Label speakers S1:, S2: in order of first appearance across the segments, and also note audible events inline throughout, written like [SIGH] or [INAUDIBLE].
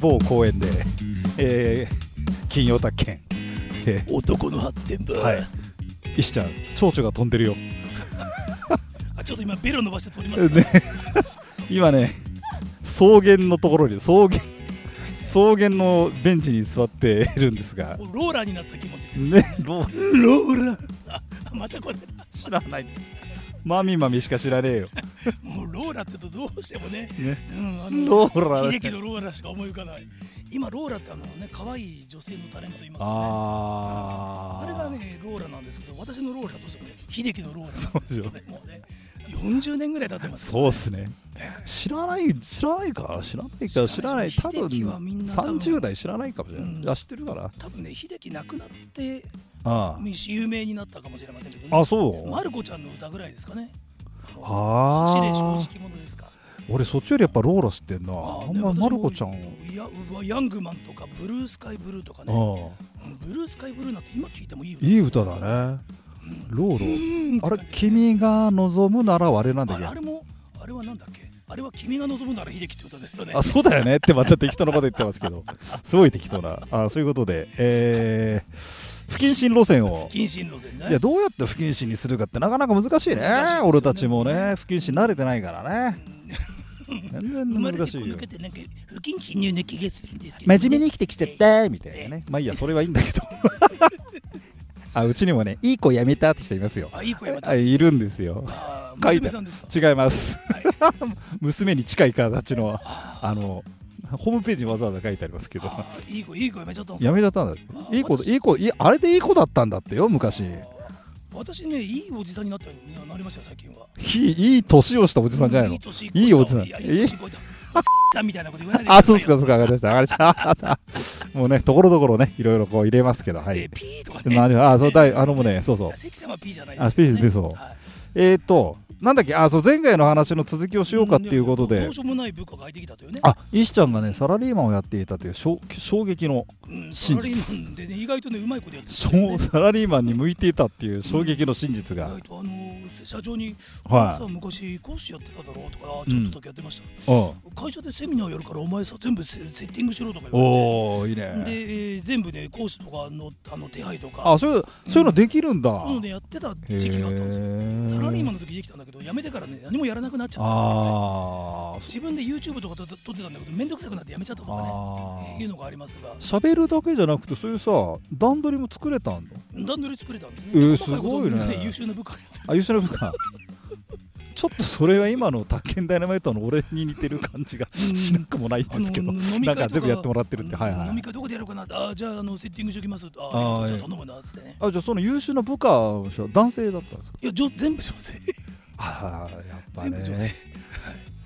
S1: 某公園で、えー金曜宅券、え
S2: 男の発展だ、
S1: ーはい、石ちゃん蝶々が飛んでるよ、
S2: あちょっと今ベロ伸ばして通ります
S1: ね、今ね草原のところに草原草原のベンチに座っているんですが
S2: もうローラーになった気持ち [LAUGHS]
S1: ねどう
S2: ローラーあまたこれ
S1: 知らないマミマミしか知らねえよ、
S2: もうローラーって言うとどうしてもね
S1: ね、
S2: うんあの
S1: ローラ
S2: 秀樹
S1: ー
S2: のローラーしか思い浮かない今ローラーってあのね可愛い女性のタレントいますよね
S1: あ
S2: あれ
S1: ー
S2: がねローラなんですけど私のローラとしてもね秀樹のローラ
S1: そうでしょ
S2: ねもうね40年ぐらい経ってます
S1: そうっすね知らない知らないか知らないか知らない多分
S2: 秀樹はみんな多分
S1: 30代知らないかもしれない、
S2: うん
S1: あ知ってるかな
S2: 多分ね秀樹亡くなって
S1: あ
S2: 有名になったかもしれませんけど、ね、
S1: ああそう
S2: マルコちゃんの歌ぐらいですかねあの
S1: あ
S2: 走れ
S1: あ
S2: 正直者ですか
S1: 俺そっちよりやっぱローラ知ってんな
S2: あ
S1: あ
S2: ー
S1: ん
S2: ね
S1: ま
S2: 私も
S1: マルコちゃん
S2: ヤヤングマンとかブルースカイブルーとかね
S1: あ
S2: うんブルースカイブルーなんて今聞いてもいいよ
S1: いい歌だねロー
S2: うん
S1: ロあれ君が望むならあれなんだ
S2: あ
S1: っけ
S2: れあれもあれはなんだっけあれは君が望むなら秀樹って歌ですよね
S1: あそうだよねってまた適当なこと言ってますけどすごい適当なあそういうことでえー、不謹慎路線を
S2: 謹慎路線ね
S1: いやどうやって不謹慎にするかってなかなか難しいね
S2: 難しいですよね
S1: 俺たちもね不謹慎慣れてないからね全
S2: 生
S1: 然
S2: まれ
S1: 難
S2: てこ
S1: しい
S2: 抜
S1: よ
S2: けてなんか不謹慎入気がするんですけど、
S1: 真面目に生きてきちゃったみたいなねまあいいやそれはいいんだけど [LAUGHS] あうちにもねいい子やめたって人いますよ
S2: あいい声また
S1: あいるんですよ
S2: あ
S1: 書いて
S2: 娘さんですか
S1: 違います、 [LAUGHS] 娘に近い形のあのホームページにわざわざ書いてありますけど
S2: あーいい声いい声めちゃったんです
S1: やめちゃったんだいい子いい子いいあれでいい子だったんだってよ昔い
S2: 私ねいいおじさんになったようになりましたよ最近はい
S1: いい年をしたおじさんじゃないの
S2: い年越えた
S1: いいおじさん
S2: いやいい年越えたさんみたいなこと言わないでく
S1: [LAUGHS]
S2: だ
S1: あ、
S2: さ
S1: そう
S2: い
S1: ですか、そうですか、わかりました、わかりました。もうね、ところどころね、いろいろこう入れますけど、は
S2: はいい、。ピーとかね
S1: 何あ、そう、だいあのもうね、そうそう。
S2: 関さんはピーじゃない
S1: あ、スピーチでそう。えっと、なんだっけ、あ、そう、前回の話の続きをしようかっていうこと
S2: ん
S1: で
S2: どうし。ようもない部下が入ってきたというね
S1: あ、石ちゃんがね、サラリーマンをやっていたという衝衝撃の、
S2: うんサ
S1: 真
S2: ラリ
S1: 実
S2: ーマンでね意外とねうまいことやって
S1: し
S2: たよね
S1: ょ [LAUGHS] サラリーマンに向いていたっていう衝撃の真実
S2: 意
S1: が。
S2: 外とあの社長に
S1: はい
S2: さあ昔講師やってただろうとかあちょっとだけやってました
S1: うん。
S2: 会社でセミナーやるからお前さ全部セセッティングしろとか言わ
S1: おー、いい
S2: れてで、
S1: ね。
S2: えー全部ね講師とかのあの手配とか
S1: あ、そういう、そういうのできるんだ。
S2: そういうのねやってた
S1: へ
S2: 時期があったんですよ
S1: ー
S2: サラリーマンの時できたんだけど辞めてからね何もやらなくなっちゃった
S1: あー、
S2: 自分で YouTube とかと撮ってたんだけど面倒くさくなって辞めちゃったとかね
S1: あー
S2: いうのがありますが
S1: 喋るだけじゃなくてそういうさ段取りも作れたんだ
S2: 段取り作れたんですね
S1: えー
S2: 細かこと
S1: すごいね
S2: 優秀な部下
S1: あ吉野部下ちょっとそれは今の宅建ダイナマイトの俺に似てる感じが
S2: うん
S1: しなくもないんですけど
S2: あの
S1: なんか全部やってもらってるって
S2: あの
S1: はいは
S2: 飲み
S1: い
S2: 会どこでやろうかなあじゃああのセッティングしておきますあ
S1: あー
S2: ありがとうじゃあ頼むなっつってね
S1: あじゃあその優秀な部下は男性だったんですか
S2: いやじょ全部女性
S1: ああやっ
S2: 全部女性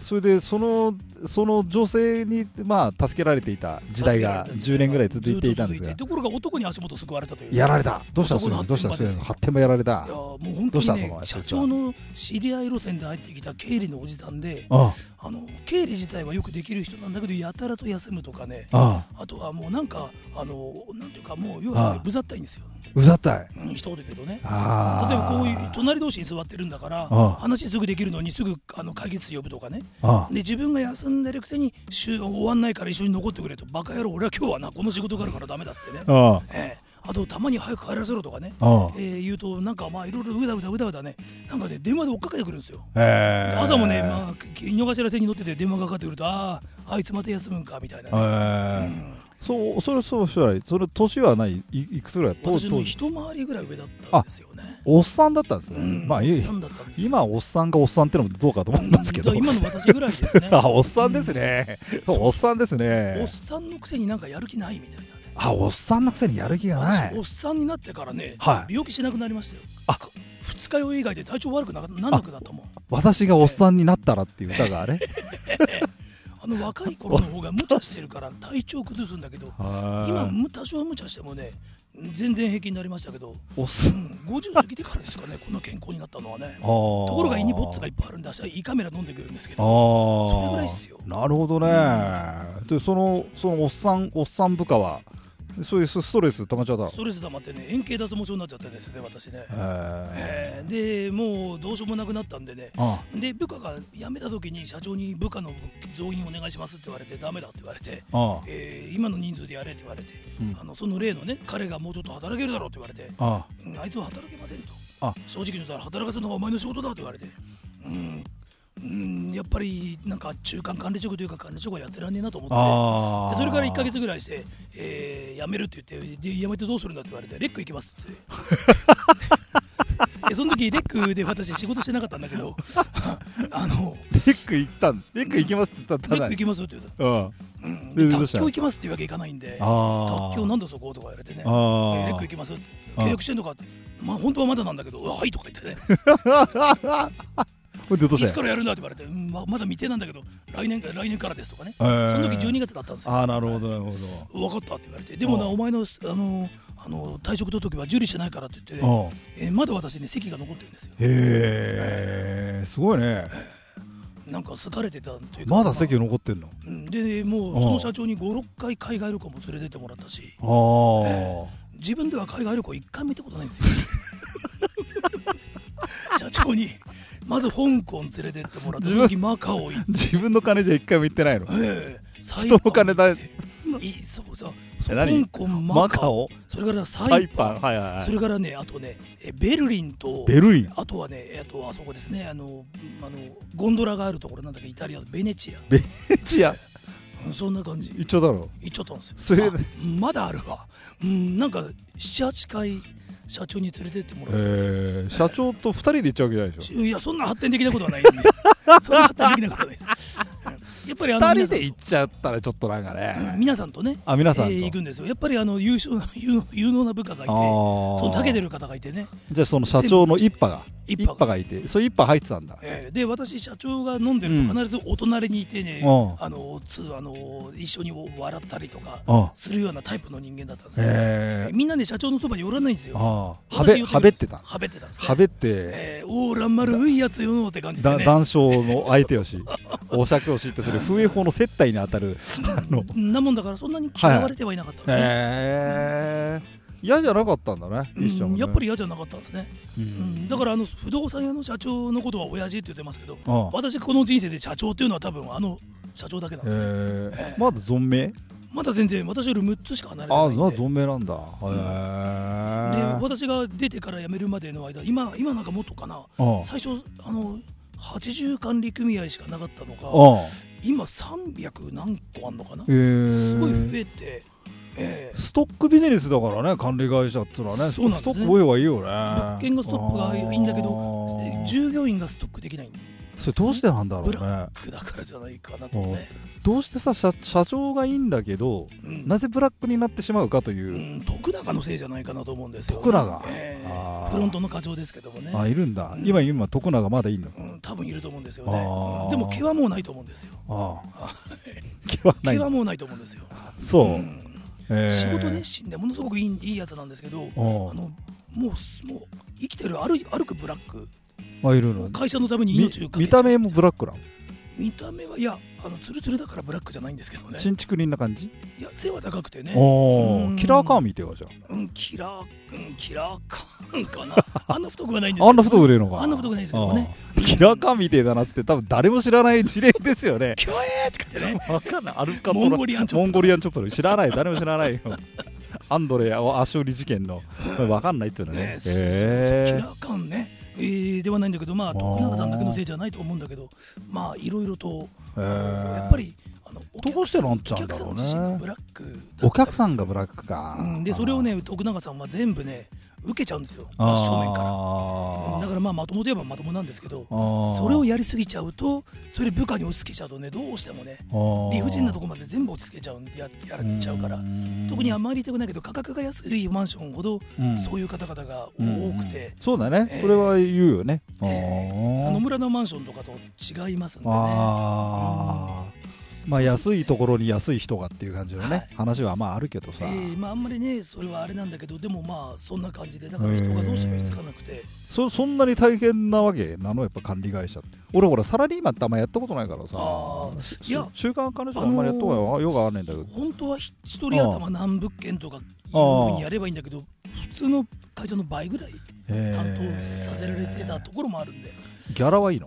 S1: それでそのその女性にまあ助けられていた時代が10年ぐらい続いていたんです
S2: ず
S1: が
S2: っと続いてところが男に足元すくわれたという
S1: やられたどうしたそう
S2: 男の
S1: ですどうした
S2: 発
S1: そういう
S2: 展場です
S1: の発展もやられ
S2: い
S1: た
S2: やもう本
S1: ど
S2: 当
S1: うした
S2: に
S1: の
S2: ね
S1: お前
S2: 社長の知り合い路線で入ってきた経理のおじさんで
S1: あ
S2: あの経理自体はよくできる人なんだけどやたらと休むとかね
S1: あ
S2: あとはもうなんかあのなんていうかもう要
S1: ああ
S2: はうざったいんですよ、
S1: うざったい
S2: うん、一言で言うとね
S1: ああ
S2: 例えばこういう隣同士に座ってるんだから
S1: あ
S2: 話すぐできるのにすぐあの会議室呼ぶとかね
S1: あ
S2: で自分が休んでるくせに週終わんないから一緒に残ってくれとバカ野郎俺は今日はなこの仕事があるからダメだっつってね、
S1: ああ
S2: ええあとたまに早く帰らせろとかね、
S1: あ
S2: ええ言うとなんかまあいろいろうだうだうだうだねなんかね電話で追っかけてくるんですよ
S1: えー
S2: 朝もね、まあ、き井の頭線に乗ってて電話がかかってくるとあああいつまた休むんかみたいな、
S1: え
S2: ね
S1: ーそうそれそうそうそれ年はないいいくつぐらい当
S2: 私
S1: 時
S2: の
S1: 当時
S2: 一回りぐらい上だったんですよね
S1: おっさんだったんですね、
S2: うん
S1: まあいい
S2: そうだったんですよ
S1: 今おっさんがおっさんってのもどうかと思いますけど、
S2: うん今の私ぐらいですね
S1: [LAUGHS] あおっさんですね、おっさんです
S2: おっ
S1: ね
S2: さんのくせになんかやる気ないみたいなね
S1: あおっさんのくせにやる気がない
S2: 私おっさんになってからね、
S1: はい
S2: 病気しなくなりましたよ
S1: あ
S2: 二日酔い以外で体調悪くななんなくなったもん
S1: 私がおっさんになったらっていう歌があれ
S2: あの若い頃の方が無茶してるから
S1: [LAUGHS]
S2: 体調崩すんだけど [LAUGHS] 今
S1: 今
S2: む多少無茶してもね全然平気になりましたけど、
S1: おっさ
S2: うんん、50過ぎてからですかねこんな健康になったのはね
S1: とこと
S2: ころが胃にボッツがいっぱいあるんで明日胃カメラ飲んでくるんですけ
S1: あ
S2: ど
S1: ー
S2: それぐらいっすよ
S1: なるほどね、でそのそのおっさんおっさん部下はそういうストレス溜まっちゃったの
S2: ストレス溜まってね円形脱毛症になっちゃってですね私ね、
S1: へえ
S2: えーでもうどうしようもなくなったんでね
S1: あ
S2: で部下が辞めた時に社長に部下の増員お願いしますって言われてダメだって言われて、
S1: あ
S2: えー今の人数でやれって言われて、
S1: うん
S2: あのその例のね彼がもうちょっと働けるだろうって言われて、
S1: あ
S2: うんあいつは働けませんと
S1: あ
S2: 正直に言ったら働かせるのがお前の仕事だと言われてうんうんやっぱりなんか中間管理職というか管理職はやってらんねえなと思って
S1: あ
S2: で
S1: あ
S2: それから1か月ぐらいして、えー辞めるって言ってで辞めてどうするんだって言われてレック行きます
S1: [LAUGHS]
S2: ってでその時レックで私仕事してなかったんだ
S1: [LAUGHS]
S2: けどあの
S1: レック行ったんレック行きますって言った
S2: レ
S1: ら
S2: ッ
S1: ただ
S2: ク行きますって言うと
S1: うん
S2: うん
S1: で
S2: で
S1: どう
S2: 卓
S1: した
S2: 球行きますっていうわけいかないんで
S1: あ
S2: 卓球なんだそことか言われてね
S1: あ
S2: え
S1: ー
S2: レック行きますって
S1: あ
S2: 契約してんのかってまあ本当はまだなんだけどうわはいとか
S1: [LAUGHS]
S2: 言ってね
S1: ほんでどう
S2: い
S1: し
S2: つ
S1: た
S2: からやるんだって言われて、うんままだ未定なんだけど来年来年からですとかね、
S1: へー
S2: その時12月だったんですよ
S1: ああなるほどなるほど
S2: 分かったって言われてでもな
S1: ああ
S2: お前のあのあの退職届は受理してないからって言って、ね
S1: ああ
S2: えーまだ私ね席が残ってるんですよ
S1: へえすごいね
S2: なんか好かれてたというか
S1: まだ席
S2: まあ
S1: 残ってんの
S2: うんでもう
S1: ああ
S2: その社長に56回海外旅行も連れてってもらったし
S1: あ
S2: 自分では海外旅行1回も行ったことないんです
S1: [LAUGHS]
S2: よ社長にまず香港連れてってもらった
S1: 自
S2: 時マカオ行っ
S1: あ [LAUGHS] 自分の金じゃ一回も行ってないの
S2: ええ
S1: 人の金だ
S2: サイパンっていそうそう
S1: え
S2: そう
S1: 何
S2: 香港
S1: マ
S2: マ
S1: カ
S2: カオ
S1: オ
S2: それからサ
S1: サ
S2: イ
S1: イパ
S2: パン
S1: ンはいはいは
S2: そ
S1: い
S2: れからねあとねえベルリンと
S1: ベルリン
S2: あとはねあとあそこですねあのあのゴンドラがあるところなんだっけイタリアのベネチア
S1: ベネチア
S2: うんそんな感じ
S1: 行っちゃったの
S2: 行っちゃったんですよ
S1: それ
S2: あまだあるわうんなんか78回社長に連れてってもらって
S1: えー社長と二人で行っちゃうわけじゃないでしょ
S2: いやそんな発展的なことはない
S1: [LAUGHS]
S2: んでそんな発展的なことはないですうんやっぱりあの
S1: 二人
S2: 皆さん
S1: で行っちゃったらちょっとなんか
S2: うん
S1: ね
S2: 皆さんとね
S1: あ皆さんと
S2: えー行くんですよやっぱりあの優秀な有能有能な部下がいて
S1: あー
S2: そのたけてる方がいてね、
S1: じゃあその社長の一派が
S2: 一
S1: 一
S2: 派が
S1: 派がいてそれ一派入ってたんだ
S2: えーで私社長が飲んでると
S1: うん
S2: 必ずお隣にいてね、
S1: うん
S2: あのつあの一緒に笑ったりとか
S1: あ
S2: するようなタイプの人間だったんですよ、
S1: えー
S2: みんなね社長のそば寄らないんですよ
S1: あーは
S2: 私
S1: べ
S2: 寄
S1: はべって
S2: くる
S1: た
S2: んですはべってたんです、ね、
S1: はべって
S2: えー、おーらんまるいいやつよのって感じで
S1: だ
S2: ね
S1: 談笑の相手をしお酌をしってする風営法の接待に当たるあの
S2: んなもんだからそんなに嫌われてはいなかったんですね、
S1: へえ嫌じゃなかったんだね
S2: うん
S1: 西ちゃんもね
S2: やっぱり嫌じゃなかったんですね、
S1: う
S2: うん
S1: ん
S2: だからあの不動産屋の社長のことは親父って言ってますけど、
S1: ああ
S2: 私この人生で社長っていうのは多分あの社長だけなん
S1: え
S2: です、
S1: ーまだ存命
S2: まだ全然私より6つしか離れて
S1: あ
S2: ない
S1: あ
S2: ん
S1: ま
S2: で
S1: だ存命なんだへ
S2: で
S1: え
S2: 私が出てから辞めるまでの間今今なんかもっとかな
S1: ああ
S2: 最初あの80管理組合しかなかったのが
S1: ああ
S2: 今300何個あんのかな
S1: へ
S2: すごい
S1: え
S2: 増えて、ええ
S1: ストックビジネスだからね管理会社っつうのはね
S2: そうなんですね
S1: ストック多い方がいいよね
S2: 物件がストップがいいんだけど
S1: ああ
S2: 従業員がストックできない
S1: それどうしてなんだろう
S2: ブラ
S1: ね
S2: ックだからじゃないかなとね、
S1: どうしてさ社社長がいいんだけど
S2: うん
S1: なぜブラックになってしまうかというう、
S2: ん、徳永のせいじゃないかなと思うんですよ、
S1: 徳永
S2: ええ
S1: あー
S2: フロントの課長ですけどもね、
S1: あいるんだ
S2: うん
S1: 今今徳永まだいるの
S2: うん、多分いると思うんですよね、
S1: あー
S2: うんでも毛はもうないと思うんですよ、
S1: ああ
S2: あ
S1: [LAUGHS] 毛はな
S2: 毛
S1: い
S2: はもうないと思うんですよ、
S1: そう、
S2: うん
S1: えー
S2: 仕事熱心でものすごくいいいいやつなんですけど、
S1: あ
S2: あのもうすもう生きてる歩い歩くブラック、
S1: ああいる
S2: も
S1: の
S2: う会社のために
S1: み
S2: 命をかけ
S1: 見
S2: ちゃ
S1: た
S2: う
S1: 目もブラックなの
S2: 見た目はいや、あのツルツルだからブラックじゃないんですけどね、
S1: 新築人な感じ
S2: いや背は高くてね、
S1: お
S2: うん
S1: ーキラーカー見てよじゃ
S2: うん、キラー、うん、キラー感
S1: [LAUGHS]
S2: かな、あんな太くはないんです
S1: ああんな太く売れるのか
S2: あんな太くないですけどもね
S1: ああキラーカーみてえだなっつって多分誰も知らない事例ですよ
S2: [LAUGHS]
S1: ね
S2: キョエーって感じでね。
S1: わかんないアルカトラ
S2: モンゴリアンチョップ
S1: モンゴリアンチョップの知らない誰も知らないよアンドレア足折り事件のわかんないっていうの
S2: ね
S1: ね
S2: そうキ
S1: へえ
S2: ラー感ね、えーではないんだけど、まあ、
S1: ー
S2: 徳永さんだけのせいじゃないと思うんだけど、まあ、いろいろと、
S1: へー
S2: やっぱり、あのお客
S1: どうしてなんちゃ
S2: お
S1: うん
S2: 客
S1: だ
S2: さ
S1: ろ
S2: ん
S1: う
S2: 自身がブ
S1: ね
S2: ラックだったりする
S1: お客さんがブラックか
S2: うん、でそれをね徳永さんは全部ね受けちゃうんですよ
S1: あ
S2: 真
S1: あ
S2: 正面からうんだ
S1: あ
S2: からまあまともといえばまともなんですけど
S1: あ
S2: それをやりすぎちゃうとそれ部下に押し付けちゃうとねどうしてもね理不尽なとこまで全部押し付けちゃうんでややられちゃうから特にあんまり言いたくないけど価格が安いマンションほど
S1: うん
S2: そういう方々が多
S1: うん
S2: くて、
S1: そうだね
S2: えー
S1: それは言うよね
S2: えーあの野村のマンションとかと違いますんでね
S1: ああまあ、安いところに安い人がっていう感じのね、
S2: はい
S1: 話はまああるけどさ、
S2: えーまあ、あんまりねそれはあれなんだけどでもまあそんな感じでだから人がどうしても居つかなくて、
S1: そそんなに大変なわけなのやっぱ管理会社って俺ほらサラリーマンってあんまやったことないからさ
S2: あーいや
S1: 週週刊彼女あんまりやったことないわ、よくあんねんだけど
S2: 本当はひ一人頭何物件とかいうふうにやればいいんだけど普通の会社の倍ぐらい担当させられてたところもあるんで、
S1: ギャラはいいの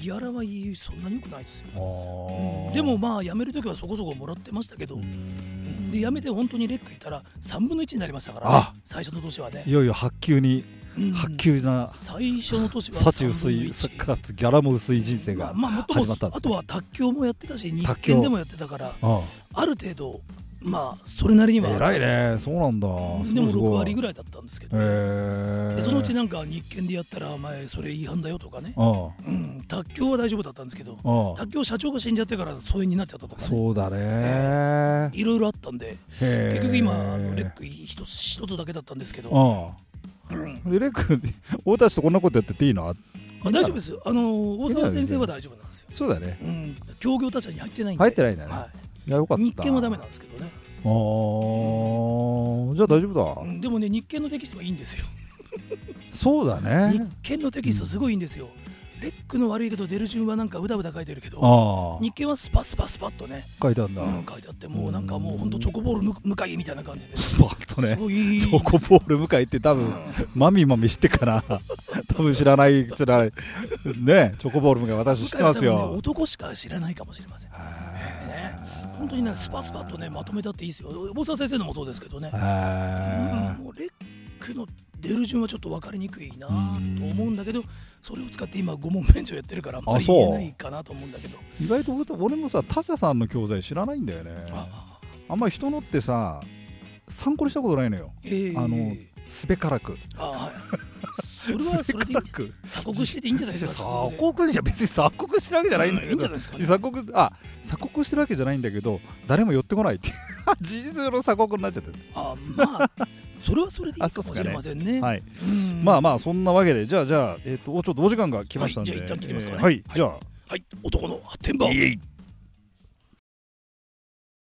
S2: ギャラはいいそんなに良くないですよ、
S1: あ
S2: う
S1: ー
S2: んでもまあ辞める時はそこそこもらってましたけど、
S1: うん
S2: で辞めて本当にレック行ったら3分の1になりましたから、
S1: あ
S2: 最初の年はね
S1: い、よいよ発給に
S2: うん
S1: 発給な、
S2: 最初の年は
S1: 幸薄
S2: 3分の
S1: い
S2: 1
S1: かつギャラも薄い人生が、
S2: まあ、まあも
S1: 始
S2: と
S1: ま
S2: も
S1: った
S2: と
S1: んですね
S2: あとは卓球もやってたし日
S1: 卓球
S2: 券でもやってたから
S1: あ
S2: ある程度まあそれなりに
S1: あ
S2: は
S1: 偉いねそうなんだ
S2: でも6割ぐ
S1: らい
S2: らいだったんですけど、
S1: へえ
S2: でそのうち
S1: ね
S2: なんか日券でやったらお前それ違反だよとかね、
S1: あ
S2: うん、卓球は大丈夫だったんですけど
S1: あああ
S2: 卓球社長が死んじゃってから疎遠になっちゃったとかね
S1: そうだね
S2: いろいろあったんで
S1: へえ
S2: 結局今あのレック一つ一つだけだったんですけど、
S1: あ
S2: うん
S1: あでレック [LAUGHS] 俺たちとこんなことやってていいの
S2: あ大丈夫ですよあの大沢先生は大丈夫なんですよ、
S1: そうだね
S2: うん、協業他社に入ってないんで
S1: 入ってないんだね、
S2: はい
S1: い、やよかった
S2: 日経もダメなんですけどね、
S1: あーじゃあ大丈夫だ、
S2: うんでもね日経のテキストはいいんですよ
S1: そうだね
S2: 日経のテキストすごいいいんですよ、レックの悪いけど出る順はなんかうだうだ書いてるけど
S1: ああ
S2: 日経はスパスパスパッとね、
S1: 書いてあるんだ、
S2: うん、書いてあってもうなんかもうほんとチョコボールむ向井みたいな感じで
S1: スパッと
S2: す
S1: ね
S2: ごいいい
S1: チョコボール向井って多分マミマミ知ってっかな多分知らない知らないねチョコボール向井私知ってます
S2: 向井は多分ね
S1: よ
S2: 男しか知らないかもしれませんね本当にねスパスパッとねまとめたっていいですよ大沢先生のもそうですけどね
S1: へ、
S2: うん
S1: え
S2: もうレックの出る順はちょっと分かりにくいなと思うんだけどそれを使って今5問免除やってるからあんまり
S1: あそう
S2: 言えないかなと思うんだけど
S1: 意外と俺俺もさ他社さんの教材知らないんだよね
S2: あ
S1: あんまり人のってさ参考にしたことないのよ
S2: えー
S1: あのすべからく
S2: あはいそれ
S1: [LAUGHS]
S2: は
S1: す
S2: そ
S1: べ
S2: れでい
S1: から
S2: い
S1: く
S2: 鎖国してていいんじゃないですか
S1: 鎖国じゃ別に鎖国してるわけじゃないんだ
S2: いい
S1: け
S2: んじ
S1: ど
S2: ゃないですかね
S1: 鎖国あ鎖国してるわけじゃないんだけど誰も寄ってこないっていう [LAUGHS] 事実上の鎖国になっちゃってる
S2: あまあそれはそれでいいかもしれませんね
S1: はい、
S2: うん
S1: まあまあそんなわけでじゃあじゃあ、えっとおちょっとお時間が来ましたんで、
S2: はいじゃあ一旦切りますかね
S1: えーはい、じゃあ
S2: はい男の発展版
S1: イエイ